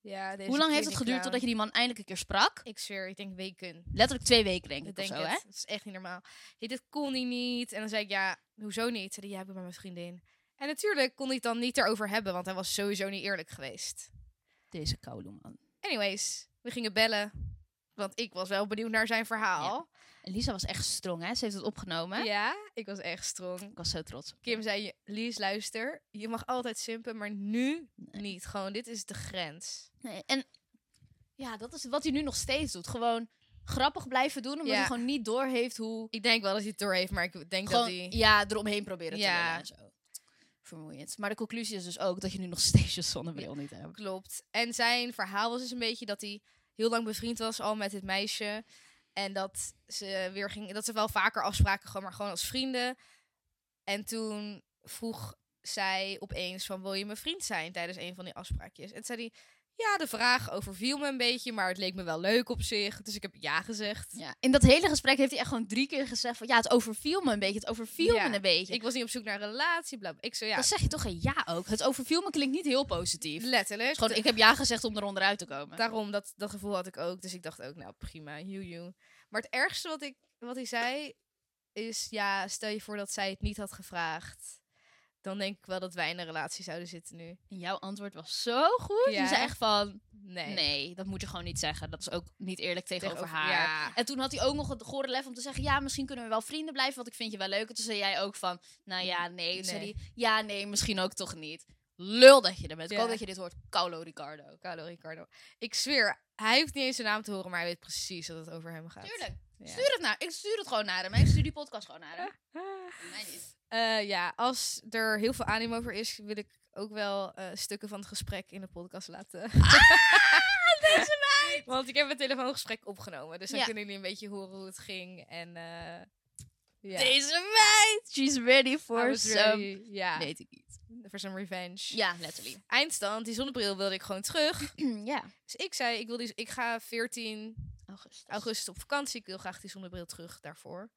B: ja deze
A: Hoe
B: Kim
A: lang heeft
B: die
A: het geduurd
B: clown.
A: totdat je die man eindelijk een keer sprak?
B: Ik zweer, ik denk weken.
A: Letterlijk twee weken denk
B: Ik
A: ik
B: denk
A: of zo,
B: het.
A: hè?
B: Dat is echt niet normaal. Hey, dit kon hij niet. En dan zei ik, ja, hoezo niet? Zei hij, ja, ik ben bij mijn vriendin. En natuurlijk kon hij het dan niet erover hebben, want hij was sowieso niet eerlijk geweest.
A: Deze koude man.
B: Anyways, we gingen bellen. Want ik was wel benieuwd naar zijn verhaal.
A: En Lisa was echt strong, hè? Ze heeft het opgenomen.
B: Ja, ik was echt strong.
A: Ik was zo trots. op
B: Kim
A: haar.
B: zei, Lies, luister, je mag altijd simpen, maar nu niet. Gewoon, dit is de grens.
A: Nee, en ja, dat is wat hij nu nog steeds doet. Gewoon grappig blijven doen, omdat
B: Ja.
A: hij gewoon niet doorheeft hoe...
B: Ik denk wel dat hij het door heeft, maar ik denk
A: Gewoon,
B: dat hij...
A: ja, eromheen proberen te
B: Ja.
A: lullen en zo. Vermoeiend. Maar de conclusie is dus ook dat je nu nog steeds je zonnebril niet hebt.
B: Klopt. En zijn verhaal was dus een beetje dat hij heel lang bevriend was al met dit meisje. En dat ze weer ging, dat ze wel vaker afspraken, gewoon maar gewoon als vrienden. En toen vroeg zij opeens van, wil je mijn vriend zijn tijdens een van die afspraakjes? En toen zei hij, ja, de vraag overviel me een beetje, maar het leek me wel leuk op zich. Dus ik heb ja gezegd.
A: Ja. In dat hele gesprek heeft hij echt gewoon drie keer gezegd van... Ja, het overviel me een beetje, het overviel
B: Ja.
A: me een beetje.
B: Ik was niet op zoek naar een relatie, bla. bla. Ik zo, ja,
A: Dan zeg je toch een ja ook. Het overviel me klinkt niet heel positief. Het
B: letterlijk. Dus
A: is gewoon, ik heb ja gezegd om eronder uit te komen.
B: Daarom, dat, dat gevoel had ik ook. Dus ik dacht ook, nou prima, joejoe. Maar het ergste wat, ik, wat hij zei is, ja, stel je voor dat zij het niet had gevraagd. Dan denk ik wel dat wij in een relatie zouden zitten nu.
A: En jouw antwoord was zo goed.
B: Ja.
A: Je zei echt van...
B: Nee.
A: Nee. dat moet je gewoon niet zeggen. Dat is ook niet eerlijk tegenover,
B: Tegenover-
A: haar.
B: Ja.
A: En toen had hij ook nog het gore lef om te zeggen... ja, misschien kunnen we wel vrienden blijven, want ik vind je wel leuk. En toen zei jij ook van, nou ja, nee. Toen zei
B: Nee.
A: hij, ja, nee, misschien ook toch niet. Lul dat je er bent. Ik
B: Ja.
A: hoop dat je dit hoort. Carlo Ricardo.
B: Carlo Ricardo. Ik zweer, hij heeft niet eens zijn naam te horen, maar hij weet precies dat het over hem gaat.
A: Tuurlijk.
B: Ja.
A: Stuur het naar. Ik stuur het gewoon naar hem. Ik stuur die podcast gewoon naar hem.
B: Ah.
A: Mij niet.
B: Eh, ja, als er heel veel animo over is, wil ik ook wel eh, stukken van het gesprek in de podcast laten.
A: Ah, Deze
B: Want ik heb het telefoongesprek opgenomen. Dus dan
A: Ja.
B: kunnen jullie een beetje horen hoe het ging. En eh ja.
A: Deze meid. She's ready
B: I
A: for
B: was
A: some...
B: ready. Ja,
A: Weet ik niet.
B: for some revenge.
A: Ja, letterlijk.
B: Eindstand, die zonnebril wilde ik gewoon terug.
A: ja.
B: Dus ik zei, ik, wil die, ik ga 14
A: Augustus.
B: augustus op vakantie. Ik wil graag die zonnebril terug daarvoor.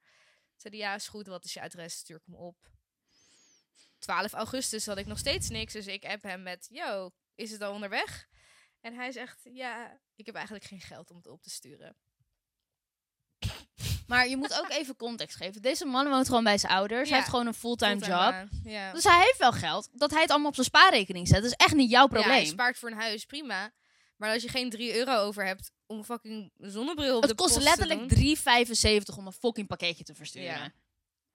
B: Zei die, ja is goed, wat is je adres? Stuur ik hem op. 12 augustus had ik nog steeds niks. Dus ik app hem met, yo, is het al onderweg? En hij zegt, ja, ik heb eigenlijk geen geld om het op te sturen.
A: Maar je moet ook even context geven. Deze man woont gewoon bij zijn ouders.
B: Ja.
A: Hij heeft gewoon een fulltime,
B: Fulltime
A: job.
B: baan, Ja.
A: Dus hij heeft wel geld. Dat hij het allemaal op zijn spaarrekening zet, dat is echt niet jouw
B: Ja,
A: probleem.
B: je spaart voor een huis, prima. Maar als je geen 3 euro over hebt om een fucking zonnebril op
A: het
B: de
A: kost
B: post
A: letterlijk
B: te
A: 3,75 om een fucking pakketje te versturen.
B: Ja.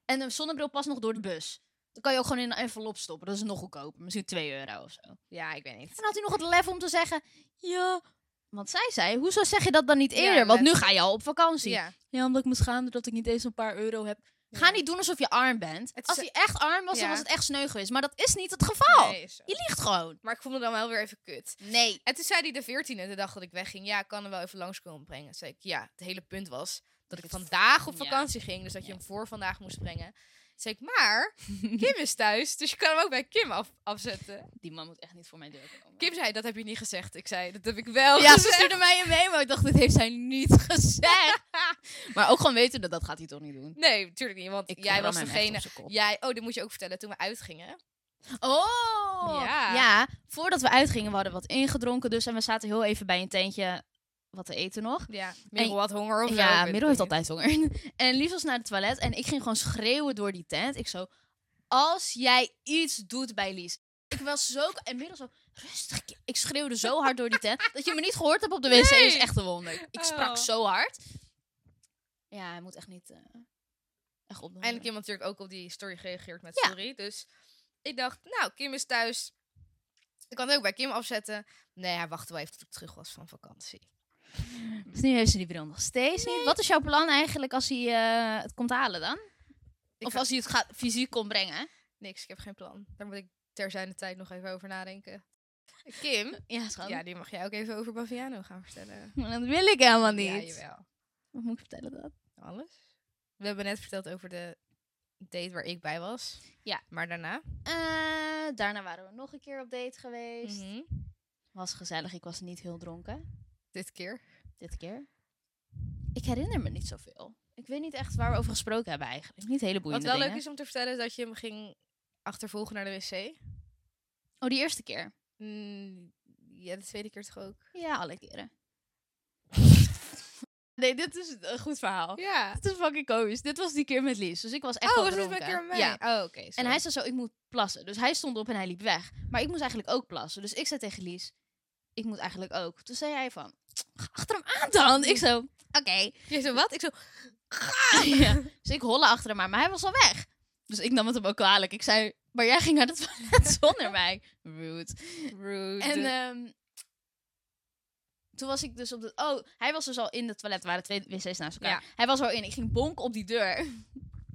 A: En een zonnebril past nog door de bus. Dan kan je ook gewoon in een envelop stoppen. Dat is nog goedkoper. Misschien 2 euro of zo. En
B: doen. Ja, ik weet niet.
A: dan had hij nog het lef om te zeggen... Ja, want zij zei... Hoezo zeg je dat dan niet eerder? want nu
B: letterlijk.
A: ga je al op vakantie.
B: Ja.
A: Ja, omdat ik me schaamde dat ik niet eens een paar euro heb.
B: Ja.
A: Ga niet doen alsof je arm bent.
B: Het is-
A: Als hij echt arm was, dan
B: Ja.
A: was het echt sneu geweest. Maar dat is niet het geval.
B: Nee, is zo.
A: Je liegt gewoon.
B: Maar ik voelde dan wel weer even kut.
A: Nee.
B: En toen zei hij de 14e, de dag dat ik wegging, ja, ik kan hem wel even langskomen brengen. Toen zei ik, ja, het hele punt was dat ik
A: Dat je het-
B: vandaag op
A: ja.
B: vakantie ging, dus dat je
A: Ja.
B: hem voor vandaag moest brengen. Toen zei ik, maar Kim is thuis, dus je kan hem ook bij Kim af- afzetten.
A: Die man moet echt niet voor mijn deur komen.
B: Kim zei, dat heb je niet gezegd. Ik zei, dat heb ik wel
A: Ja, Oh, dus ze
B: gezegd.
A: stuurde mij een memo. Ik dacht, dit heeft zij niet gezegd. maar ook gewoon weten dat dat gaat hij toch niet doen.
B: Nee, natuurlijk niet, want
A: Ik
B: jij
A: ram
B: was
A: hem echt
B: degene...
A: op zijn kop.
B: Jij, oh, dit moet je ook vertellen toen we uitgingen.
A: Oh!
B: Ja.
A: voordat we uitgingen, we hadden wat ingedronken dus. En we zaten heel even bij een tentje wat te eten nog.
B: Ja, Merel had honger of zo, ik weet
A: ja,
B: het
A: Merel heeft
B: niet.
A: altijd honger. En Lies was naar het toilet en ik ging gewoon schreeuwen door die tent. Ik zo, als jij iets doet bij Lies. Ik was zo... En Merel zo, rustig. kind." Ik schreeuwde zo hard door die tent. Dat je me niet gehoord hebt op de wc is
B: Nee.
A: echt een wonder. Ik
B: Oh.
A: sprak zo hard. Ja, hij moet echt niet... eh, echt opnemen.
B: Eindelijk iemand natuurlijk ook op die story gereageerd met
A: Ja.
B: sorry. Dus ik dacht, nou, Kim is thuis. Ik kan het ook bij Kim afzetten. Nee, hij wachtte wel even tot ik terug was van vakantie.
A: Dus nu heeft ze die bril nog steeds niet. Wat is jouw plan eigenlijk als hij eh, het komt halen dan?
B: Ik
A: of
B: ga-
A: als hij het gaat, fysiek komt brengen?
B: Niks, ik heb geen plan. Daar moet ik terzijde tijd nog even over nadenken. Kim,
A: Ja, schat.
B: ja, die mag jij ook even over Baviano gaan vertellen.
A: Maar Dat wil ik helemaal niet.
B: Ja, jawel.
A: Wat moet ik vertellen dan?
B: Alles. We hebben net verteld over de date waar ik bij was.
A: Ja.
B: Maar daarna?
A: Eh, daarna waren we nog een keer op date geweest.
B: Mhm.
A: Was gezellig. Ik was niet heel dronken.
B: Dit keer.
A: Dit keer. Ik herinner me niet zoveel. Ik weet niet echt waar we over gesproken hebben eigenlijk. Niet hele
B: Wat
A: boeiende
B: wel
A: dingen.
B: leuk is om te vertellen is dat je hem ging achtervolgen naar de wc.
A: Oh, die eerste keer.
B: Mm, ja, de tweede keer toch ook?
A: Ja, alle keren. nee, dit is een goed verhaal.
B: Ja.
A: Het is fucking komisch. Dit was die keer met Lies. Dus ik was echt
B: oh,
A: wel
B: was het
A: dronken.
B: met keer mee?
A: Ja.
B: Oh, oké.
A: En
B: sorry.
A: hij zei zo, ik moet plassen. Dus hij stond op en hij liep weg. Maar ik moest eigenlijk ook plassen. Dus ik zei tegen Lies, ik moet eigenlijk ook. Toen zei hij van, ga achter hem aan dan. Ik zo, oké.
B: Je zo, wat? Ik zo... Ah.
A: Ja. Dus ik holle achter hem aan, maar hij was al weg. Dus ik nam het hem ook kwalijk. Ik zei, maar jij ging naar de toilet zonder mij. Rude.
B: Rude.
A: En ehm, toen was ik dus op de... Oh, hij was dus al in het toilet. Er waren twee wc's naast elkaar.
B: Ja.
A: Hij was er al in. Ik ging bonken op die deur.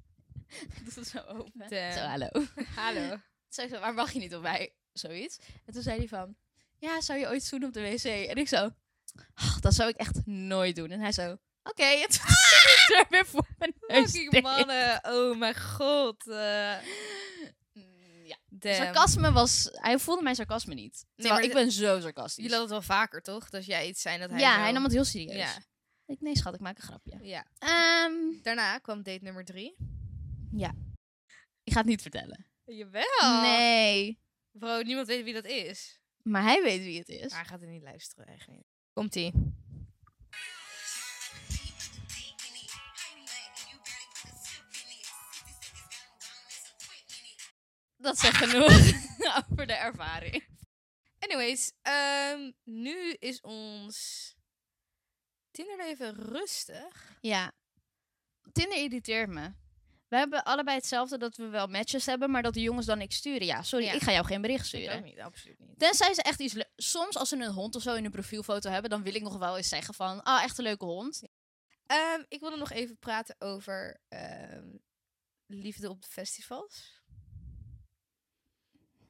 A: Ik doe het zo open.
B: Damn.
A: Zo, hallo.
B: Hallo.
A: Toen zei ik zo, waar wacht je niet op mij? Zoiets. En toen zei hij van, ja, zou je ooit zoenen op de wc? En ik zo, "Ach, dat zou ik echt nooit doen. En hij zo, oké. En toen ging hij er weer voor mijn neus
B: Fucking
A: dicht.
B: mannen. Oh mijn god. eh
A: Mm, Ja.
B: damn.
A: Sarcasme was, hij voelde mijn sarcasme niet. Terwijl
B: maar
A: ik
B: de-
A: ben zo sarcastisch.
B: Jullie hadden het wel vaker, toch? Dat jij iets zei dat hij...
A: ja,
B: zo-
A: hij nam het heel serieus.
B: Ja.
A: Ik, nee schat, ik maak een grapje.
B: ja.
A: Ehm,
B: Daarna kwam date nummer drie.
A: ik ga het niet vertellen.
B: Jawel.
A: Nee.
B: Bro, niemand weet wie dat is.
A: Maar hij weet wie het is.
B: Maar hij gaat er niet luisteren, eigenlijk. Komt-ie.
A: Dat zegt genoeg over de ervaring.
B: Anyways, ehm, nu is ons Tinderleven rustig.
A: Ja. Tinder irriteert me. We hebben allebei hetzelfde dat we wel matches hebben, maar dat de jongens dan niks sturen. Ja, sorry,
B: Ja.
A: ik ga jou geen bericht
B: Ik ook
A: sturen.
B: niet, absoluut niet.
A: Tenzij ze echt iets... le- Soms als ze een hond of zo in een profielfoto hebben, dan wil ik nog wel eens zeggen van... Ah, echt een leuke hond.
B: Ehm, ik wilde nog even praten over ehm, liefde op de festivals.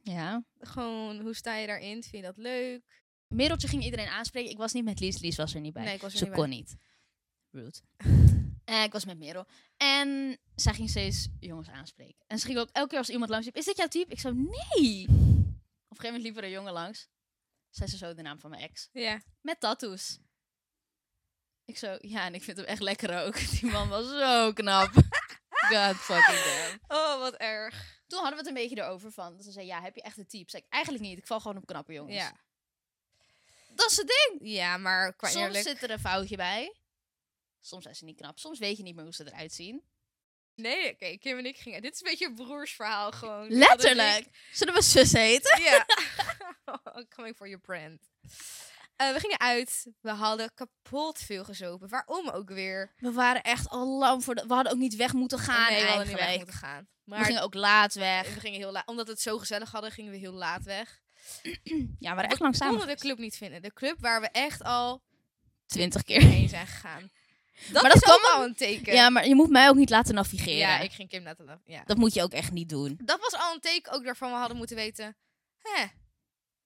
A: Ja.
B: Gewoon, hoe sta je daarin? Vind je dat leuk?
A: Mereltje ging iedereen aanspreken. Ik was niet met Lies. Lies was er niet bij.
B: Nee, ik was er
A: Ze
B: niet bij.
A: kon niet. Rude. Eh, ik was met Merel. En zij ging steeds jongens aanspreken. En ze ging ook elke keer als iemand langs liep... Is dit jouw type? Ik zo, nee! Op een gegeven moment liep er een jongen langs. Zei ze zo de naam van mijn ex.
B: Ja.
A: Met tattoos. Ik zo, ja, en ik vind hem echt lekker ook. Die man was zo knap. God fucking damn.
B: Oh, wat erg.
A: Toen hadden we het een beetje erover van. Dat ze zei, ja, heb je echt een type? Zei ik, eigenlijk niet. Ik val gewoon op knappe jongens.
B: Ja.
A: Dat is het ding.
B: ja, maar qua
A: Soms
B: eerlijk...
A: zit er een foutje bij. Soms zijn ze niet knap. Soms weet je niet meer hoe ze eruit zien.
B: Nee, oké, Kim en ik gingen... Dit is een beetje een broersverhaal gewoon.
A: Letterlijk. Zullen we zus heten?
B: Ja. Oh, Coming for your brand. Eh, we gingen uit. We hadden kapot veel gezopen. Waarom ook weer?
A: We waren echt al lang voor de... We hadden ook niet weg moeten gaan
B: nee, we hadden niet
A: eigenlijk.
B: weg moeten gaan. Maar
A: We gingen ook laat weg.
B: we gingen heel laat. Omdat we het zo gezellig hadden, gingen we heel laat weg.
A: Ja, we dus waren echt lang samen.
B: konden de club niet vinden. De club waar we echt al
A: Twintig keer.
B: heen zijn gegaan. Dat
A: Maar
B: maar
A: dat
B: dat
A: kwam
B: kwam al een teken.
A: Ja, maar je moet mij ook niet laten navigeren.
B: Ja, ik ging Kim laten lachen. Ja.
A: Dat moet je ook echt niet doen.
B: Dat was al een teken ook daarvan we hadden moeten weten. Hè,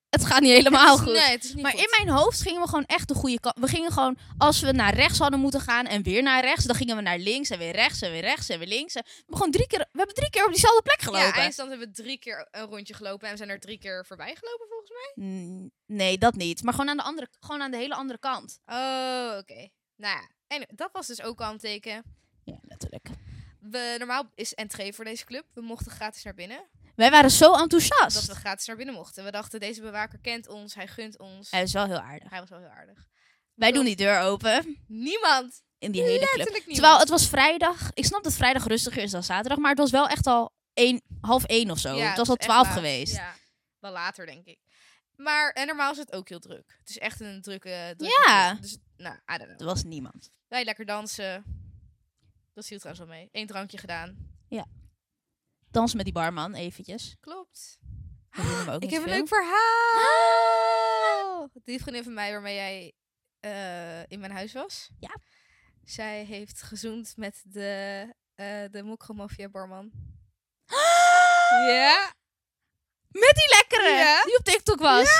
A: Het gaat niet helemaal
B: het is-
A: goed.
B: Nee, het is niet
A: maar
B: goed.
A: in mijn hoofd gingen we gewoon echt de goede kant. We gingen gewoon, als we naar rechts hadden moeten gaan en weer naar rechts, dan gingen we naar links en weer rechts en weer rechts en weer links. En we, hebben gewoon drie keer, we hebben drie keer op diezelfde plek
B: Ja,
A: gelopen.
B: eindstand hebben we drie keer een rondje gelopen en we zijn er drie keer voorbij gelopen volgens mij.
A: Mm, nee, dat niet. Maar gewoon aan de, andere, gewoon aan de hele andere kant.
B: Oh, oké. Nou ja, en dat was dus ook al een teken.
A: Ja, natuurlijk.
B: We, normaal is entree voor deze club. We mochten gratis naar binnen.
A: Wij waren zo enthousiast.
B: Dat we gratis naar binnen mochten. We dachten, deze bewaker kent ons, hij gunt ons.
A: Hij is wel heel aardig.
B: Hij was wel heel aardig.
A: Wij doen die deur open
B: Niemand.
A: in die hele club.
B: Letterlijk niemand.
A: Terwijl het was vrijdag. Ik snap dat vrijdag rustiger is dan zaterdag, maar het was wel echt al één, half één of zo.
B: Ja,
A: het was al
B: echt
A: twaalf
B: laat.
A: geweest.
B: Ja, wel later denk ik. Maar en normaal is het ook heel druk. Het is echt een drukke. drukke
A: Ja.
B: club. Dus nou, I don't
A: Er
B: know.
A: was niemand.
B: Wij lekker dansen. Dat viel trouwens wel mee. Eén drankje gedaan.
A: Dansen met die barman eventjes.
B: Klopt.
A: Dat doen we ook
B: ik
A: niet
B: heb een
A: veel.
B: leuk verhaal. Die vriendin van mij waarmee jij eh, in mijn huis was.
A: Ja.
B: Zij heeft gezoend met de eh de Mokro Mafia barman. Ja.
A: Met die lekkere
B: Ja.
A: die op TikTok was.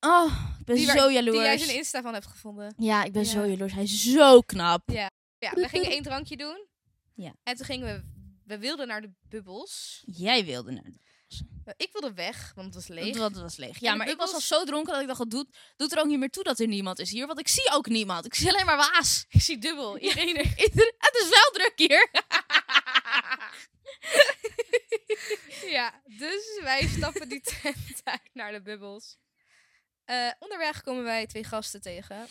A: Oh, ik ben
B: Die waar-
A: zo
B: Die jij
A: jaloers.
B: zijn Insta van hebt gevonden.
A: ja, ik ben
B: Ja.
A: zo jaloers. Hij is zo knap.
B: Ja, we gingen één drankje doen.
A: Ja.
B: En toen gingen we... We wilden naar de bubbels.
A: Jij wilde naar de
B: Ik wilde weg, want het was leeg.
A: Want het was leeg.
B: En
A: Ja,
B: de
A: maar ik was al
B: bubbels-
A: zo dronken dat ik dacht, het doet, doet er ook niet meer toe dat er niemand is hier. Want ik zie ook niemand. Ik zie alleen maar waas.
B: Ik zie dubbel. Iedereen er-
A: Ieder- het is wel druk hier.
B: ja, dus wij stappen die tent uit naar de bubbels. Eh, onderweg komen wij twee gasten tegen.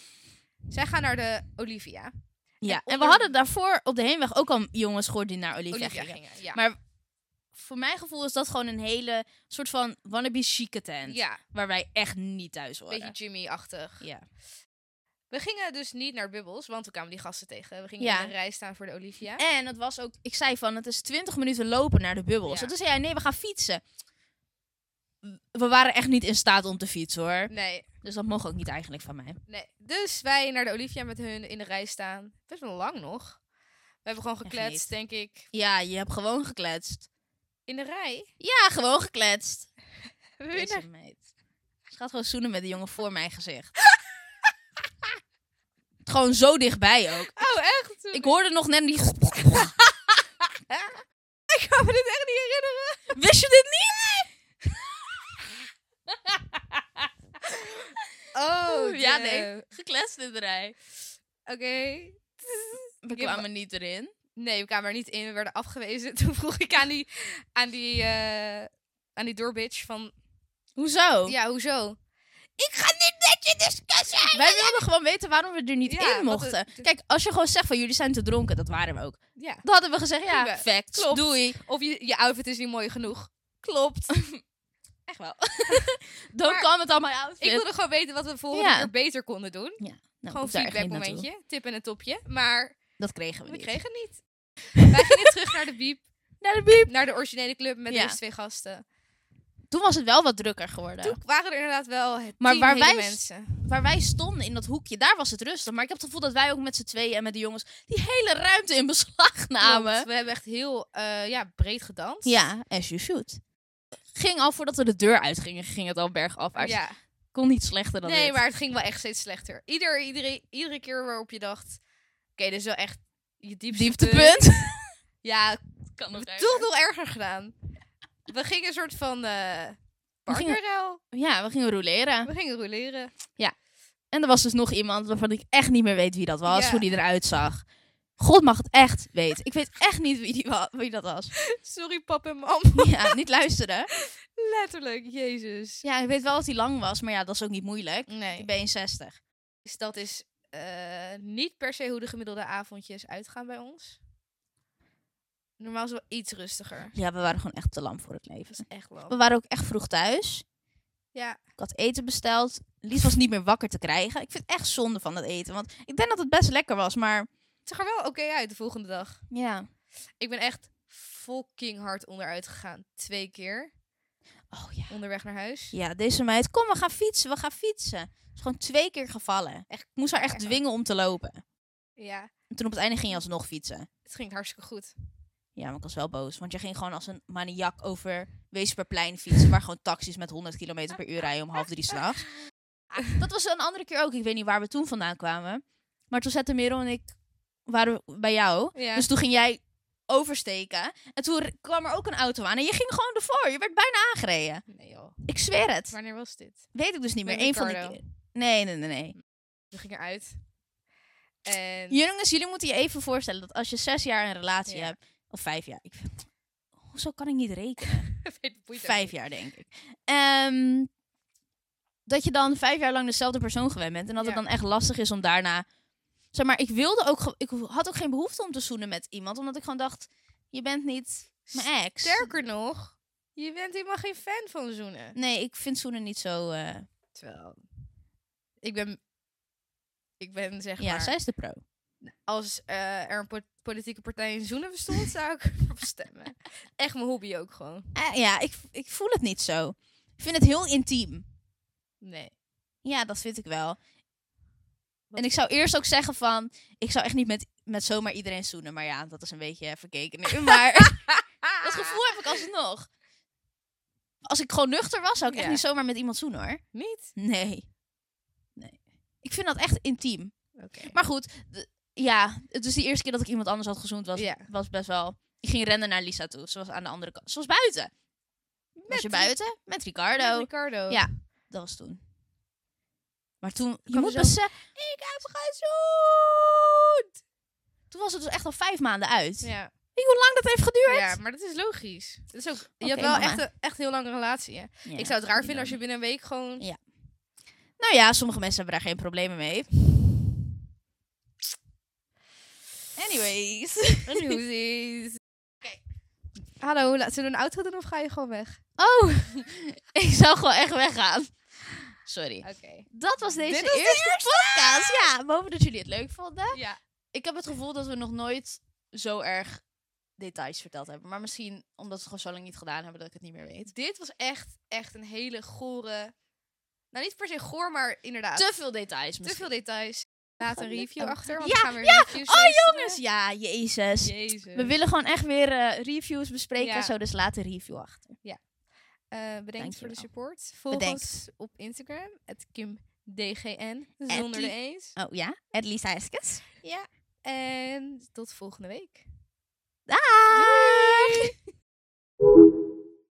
B: Zij gaan naar de Olivia.
A: Ja, en, we
B: onder-
A: hadden daarvoor op de heenweg ook al jongens gehoord die naar Olivia,
B: Olivia
A: gingen.
B: gingen, ja.
A: Maar Voor mijn gevoel is dat gewoon een hele soort van wannabe chique tent.
B: ja,
A: Waar wij echt niet thuis horen.
B: beetje Jimmy-achtig.
A: Ja.
B: We gingen dus niet naar bubbels, want we kwamen die gasten tegen. We gingen
A: Ja.
B: in een rij staan voor de Olivia.
A: En het was ook, ik zei van, het is 20 minuten lopen naar de bubbels.
B: Ja.
A: En toen zei hij, nee, we gaan fietsen. We waren echt niet in staat om te fietsen hoor.
B: Nee,
A: Dus dat mocht ook niet eigenlijk van mij.
B: Nee. Dus wij naar de Olivia met hun in de rij staan. Best wel lang nog. We hebben gewoon gekletst,
A: niet.
B: denk ik.
A: Ja, je hebt gewoon gekletst.
B: In de rij?
A: Ja, gewoon gekletst.
B: We hebben in de-
A: Deze meid. Ze gaat gewoon zoenen met de jongen voor mijn gezicht. gewoon zo dichtbij ook.
B: Oh, echt?
A: Ik hoorde nog net die...
B: Ik kan me dit echt niet herinneren.
A: Wist je dit niet?
B: Oh,
A: ja,
B: damn.
A: nee. Gekletst in de rij.
B: Oké.
A: We kwamen niet erin.
B: Nee, we kwamen er niet in. We werden afgewezen. Toen vroeg ik aan die, aan die, eh, aan die doorbitch van...
A: Hoezo?
B: Ja, hoezo?
A: Ik ga niet met je discussiëren. Wij wilden gewoon weten waarom we er niet
B: Ja,
A: in
B: wat
A: mochten.
B: het-
A: Kijk, als je gewoon zegt van jullie zijn te dronken, dat waren we ook.
B: Ja.
A: Dan hadden we gezegd, ja,
B: Prima.
A: facts,
B: Klopt.
A: doei.
B: Of je, je outfit is niet mooi genoeg.
A: Klopt.
B: Echt wel.
A: Don't
B: Maar-
A: comment on my outfit.
B: Ik wilde gewoon weten wat we volgende
A: Ja.
B: keer beter konden doen.
A: Nou,
B: gewoon
A: ik daar echt
B: feedback
A: niet naartoe.
B: momentje. Tip en een topje. Maar
A: Dat kregen we,
B: we
A: niet.
B: kregen het niet. Wij gingen terug naar de biep.
A: Naar de biep.
B: naar de originele club met
A: Ja.
B: deze twee gasten.
A: Toen was het wel wat drukker geworden.
B: Toen waren er inderdaad wel het
A: Maar
B: tien
A: waar
B: hele
A: wij-
B: mensen.
A: Waar wij stonden in dat hoekje, daar was het rustig. Maar ik heb het gevoel dat wij ook met z'n tweeën en met de jongens die hele ruimte in beslag namen.
B: Klopt, We hebben echt heel eh, ja, breed gedanst.
A: Ja, as you should. Ging al voordat we de deur uitgingen, ging het al bergafwaarts.
B: Ja.
A: Kon niet slechter dan
B: Nee,
A: dit.
B: maar het ging wel echt steeds slechter. Ieder, iedere, iedere keer waarop je dacht... Oké, dit is wel echt je diepste punt.
A: Dieptepunt.
B: Ja,
A: Kan
B: we toch nog erger gedaan. We gingen een soort van eh
A: We gingen-
B: partnerruil.
A: Ja, we gingen roleren.
B: We gingen roleren.
A: En er was dus nog iemand waarvan ik echt niet meer weet wie dat was,
B: Ja.
A: hoe die eruit zag. God mag het echt weten. Ik weet echt niet wie, die wa- wie dat was.
B: Sorry pap en mam.
A: Ja, niet luisteren.
B: Letterlijk, jezus.
A: Ja, ik weet wel dat hij lang was, maar ja, dat is ook niet moeilijk.
B: Nee.
A: Ik ben 61.
B: Dus dat is eh, niet per se hoe de gemiddelde avondjes uitgaan bij ons. Normaal is het wel iets rustiger.
A: Ja, we waren gewoon echt te lam voor het
B: Dat
A: leven.
B: is echt
A: We
B: wel.
A: waren ook echt vroeg thuis.
B: Ja,
A: Ik had eten besteld. Lies was niet meer wakker te krijgen. Ik vind het echt zonde van dat eten. Want ik denk dat het best lekker was, maar
B: het zag er wel oké uit de volgende dag.
A: ja.
B: Ik ben echt fucking hard onderuit gegaan. Twee keer
A: Oh ja.
B: onderweg naar huis.
A: Ja, deze meid. Kom, we gaan fietsen. We gaan fietsen. Het is gewoon twee keer gevallen. Echt, ik moest haar echt dwingen om te lopen.
B: Ja,
A: En toen op het einde ging je alsnog fietsen.
B: het ging hartstikke goed.
A: Ja, maar ik was wel boos. Want je ging gewoon als een maniak over Weesperplein fietsen. Waar gewoon taxis met 100 km per uur rijden om half drie s'nachts. Ah, Dat was een andere keer ook. Ik weet niet waar we toen vandaan kwamen. Maar toen zette Merel en ik waren bij jou.
B: Ja.
A: Dus toen ging jij oversteken. En toen r- kwam er ook een auto aan. En je ging gewoon ervoor. Je werd bijna aangereden.
B: Nee joh.
A: Ik zweer het.
B: Wanneer was dit?
A: Weet ik dus niet meer.
B: Met
A: Eén van de
B: Ricardo. Mm.
A: keer. Nee, nee, nee, nee.
B: We gingen eruit. En
A: Jongens, jullie moeten je even voorstellen dat als je zes jaar een relatie
B: Ja.
A: hebt, of vijf jaar, ik, hoezo kan ik niet rekenen?
B: Weet, het boeit ook
A: Vijf
B: niet.
A: jaar denk ik. Ehm, dat je dan vijf jaar lang dezelfde persoon gewend bent en dat het
B: Ja.
A: dan echt lastig is om daarna, zeg maar, ik wilde ook, ge- ik had ook geen behoefte om te zoenen met iemand, omdat ik gewoon dacht, je bent niet mijn ex.
B: Sterker nog, je bent helemaal geen fan van zoenen.
A: Nee, ik vind zoenen niet zo. eh,
B: Terwijl, ik ben, ik ben zeg
A: ja,
B: maar,
A: zij is de pro.
B: als eh, er een po- politieke partij in zoenen bestond, zou ik erop stemmen. Echt mijn hobby ook gewoon.
A: Eh, ja, ik, ik voel het niet zo. Ik vind het heel intiem.
B: Nee.
A: Ja, dat vind ik wel.
B: Wat-
A: En ik zou eerst ook zeggen van... Ik zou echt niet met, met zomaar iedereen zoenen. Maar ja, dat is een beetje verkeken nu. Maar
B: Ah!
A: dat gevoel heb ik alsnog. Als ik gewoon nuchter was, zou ik
B: Ja.
A: echt niet zomaar met iemand zoenen hoor.
B: Niet?
A: Nee. Nee. Ik vind dat echt intiem.
B: Oké.
A: Maar goed, d- ja. het- Dus die eerste keer dat ik iemand anders had gezoend was,
B: Ja.
A: was best wel... Ik ging rennen naar Lisa toe. Ze was aan de andere kant. Ze was buiten. was je
B: Ri-
A: buiten? Met
B: met
A: Ricardo.
B: Ricardo.
A: Ja. Dat was toen. Maar toen, je
B: kwam
A: moet
B: zo-
A: beseffen...
B: Ik heb gezoend!
A: Toen was het dus echt al vijf maanden uit.
B: Ja.
A: Weet je hoe lang dat heeft geduurd?
B: Ja, maar dat is logisch. Dat is ook, je
A: Oké,
B: hebt wel
A: mama.
B: echt een echt heel lange relatie. Hè?
A: Ja.
B: ik zou het raar vinden als je binnen een week gewoon.
A: Ja. Nou ja, sommige mensen hebben daar geen problemen mee. Anyways.
B: Precies. Hallo, la- zullen we een auto doen of ga je gewoon weg?
A: Oh, ik zou gewoon echt weggaan. Sorry.
B: Oké.
A: Dat was deze
B: Dit was de
A: eerste, podcast. Ja, we hopen dat jullie het leuk vonden.
B: Ja.
A: Ik heb het gevoel dat we nog nooit zo erg details verteld hebben. Maar misschien omdat we het gewoon zo lang niet gedaan hebben dat ik het niet meer weet.
B: Dit was echt, echt een hele gore. Nou, niet per se goor, maar inderdaad.
A: Te veel details
B: te
A: misschien.
B: veel details. Laat een
A: Gaan we dit
B: review
A: ook-
B: achter. Want
A: Ja,
B: we gaan weer reviews Oh,
A: Jongens, ja, jezus.
B: Jezus.
A: We willen gewoon echt weer eh, reviews bespreken
B: Ja.
A: en zo, dus laat een review achter.
B: Eh, bedankt voor de
A: Dankjewel.
B: support. Volg
A: Bedankt.
B: ons op Instagram. Het KimDGN. Zonder de
A: die-
B: eens.
A: Oh ja, at Lisa Eskes.
B: Ja. En tot volgende week.
A: Daag!